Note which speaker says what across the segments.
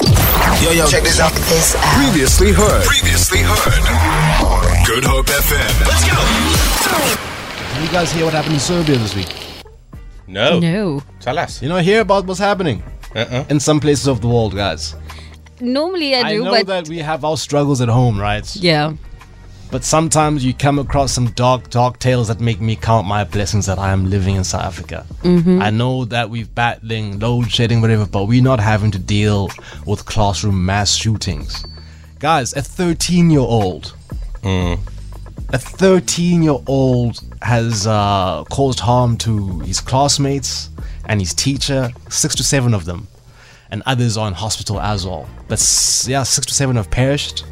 Speaker 1: Yo, yo, check this out.
Speaker 2: This out.
Speaker 3: Previously heard.
Speaker 1: Previously heard. Good Hope FM. Let's go.
Speaker 4: Can you guys hear what happened in Serbia this week?
Speaker 5: No.
Speaker 6: No.
Speaker 5: Tell us.
Speaker 4: You know, hear about what's happening
Speaker 5: Uh-uh.
Speaker 4: in some places of the world, guys.
Speaker 6: Normally I
Speaker 4: I
Speaker 6: do,
Speaker 4: know
Speaker 6: but
Speaker 4: that we have our struggles at home, right?
Speaker 6: yeah.
Speaker 4: But sometimes you come across some dark, dark tales that make me count my blessings that I am living in South Africa.
Speaker 6: Mm-hmm.
Speaker 4: I know that we've battling load shedding, whatever, but we're not having to deal with classroom mass shootings. Guys, a 13 year old, a 13 year old has uh, caused harm to his classmates and his teacher, six to seven of them, and others are in hospital as well. But s- yeah, six to seven have perished.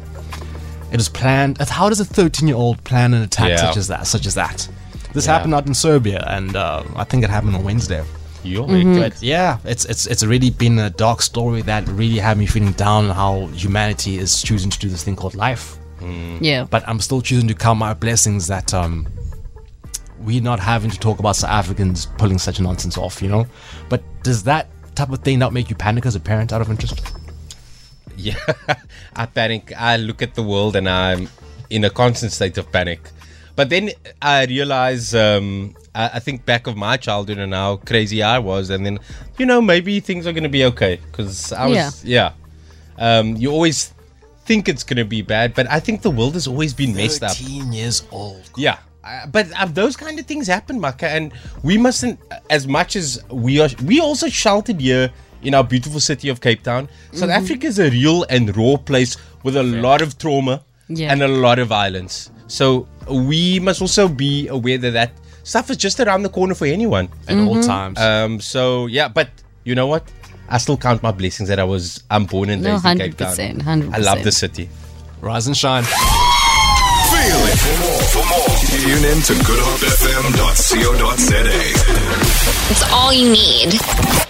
Speaker 4: It was planned. uh, How does a 13 year old plan an attack
Speaker 5: Yeah.
Speaker 4: such as that? Such as that. This happened out in Serbia, and uh, I think it happened on Wednesday.
Speaker 5: You're
Speaker 4: But yeah, it's it's it's really been a dark story that really had me feeling down on how humanity is choosing to do this thing called life.
Speaker 6: Yeah.
Speaker 4: But I'm still choosing to count my blessings that um, we're not having to talk about South Africans pulling such nonsense off, you know. But does that type of thing not make you panic as a parent, out of interest?
Speaker 5: Yeah. I panic. I look at the world and I'm in a constant state of panic. But then I realize, um, I, I think back of my childhood and how crazy I was. And then, you know, maybe things are going to be okay. Because I was, yeah. Um, you always think it's going to be bad. But I think the world has always been messed up.
Speaker 4: years old.
Speaker 5: Yeah. Uh, but uh, those kind of things happen, Maka, and we mustn't. As much as we are, we also sheltered here in our beautiful city of Cape Town. South
Speaker 6: Mm-hmm.
Speaker 5: Africa is a real and raw place with a lot of trauma
Speaker 6: Yeah.
Speaker 5: and a lot of violence. So we must also be aware that that stuff is just around the corner for anyone.
Speaker 4: At all times.
Speaker 5: Um. So yeah, but you know what? I still count my blessings that I was. I'm born and
Speaker 6: No,
Speaker 5: raised in Cape Town.
Speaker 6: 100%, 100%.
Speaker 5: I love the city.
Speaker 4: Rise and shine.
Speaker 1: Feel it. For more, for more, tune in to goodhopefm.co.za.
Speaker 2: It's all you need.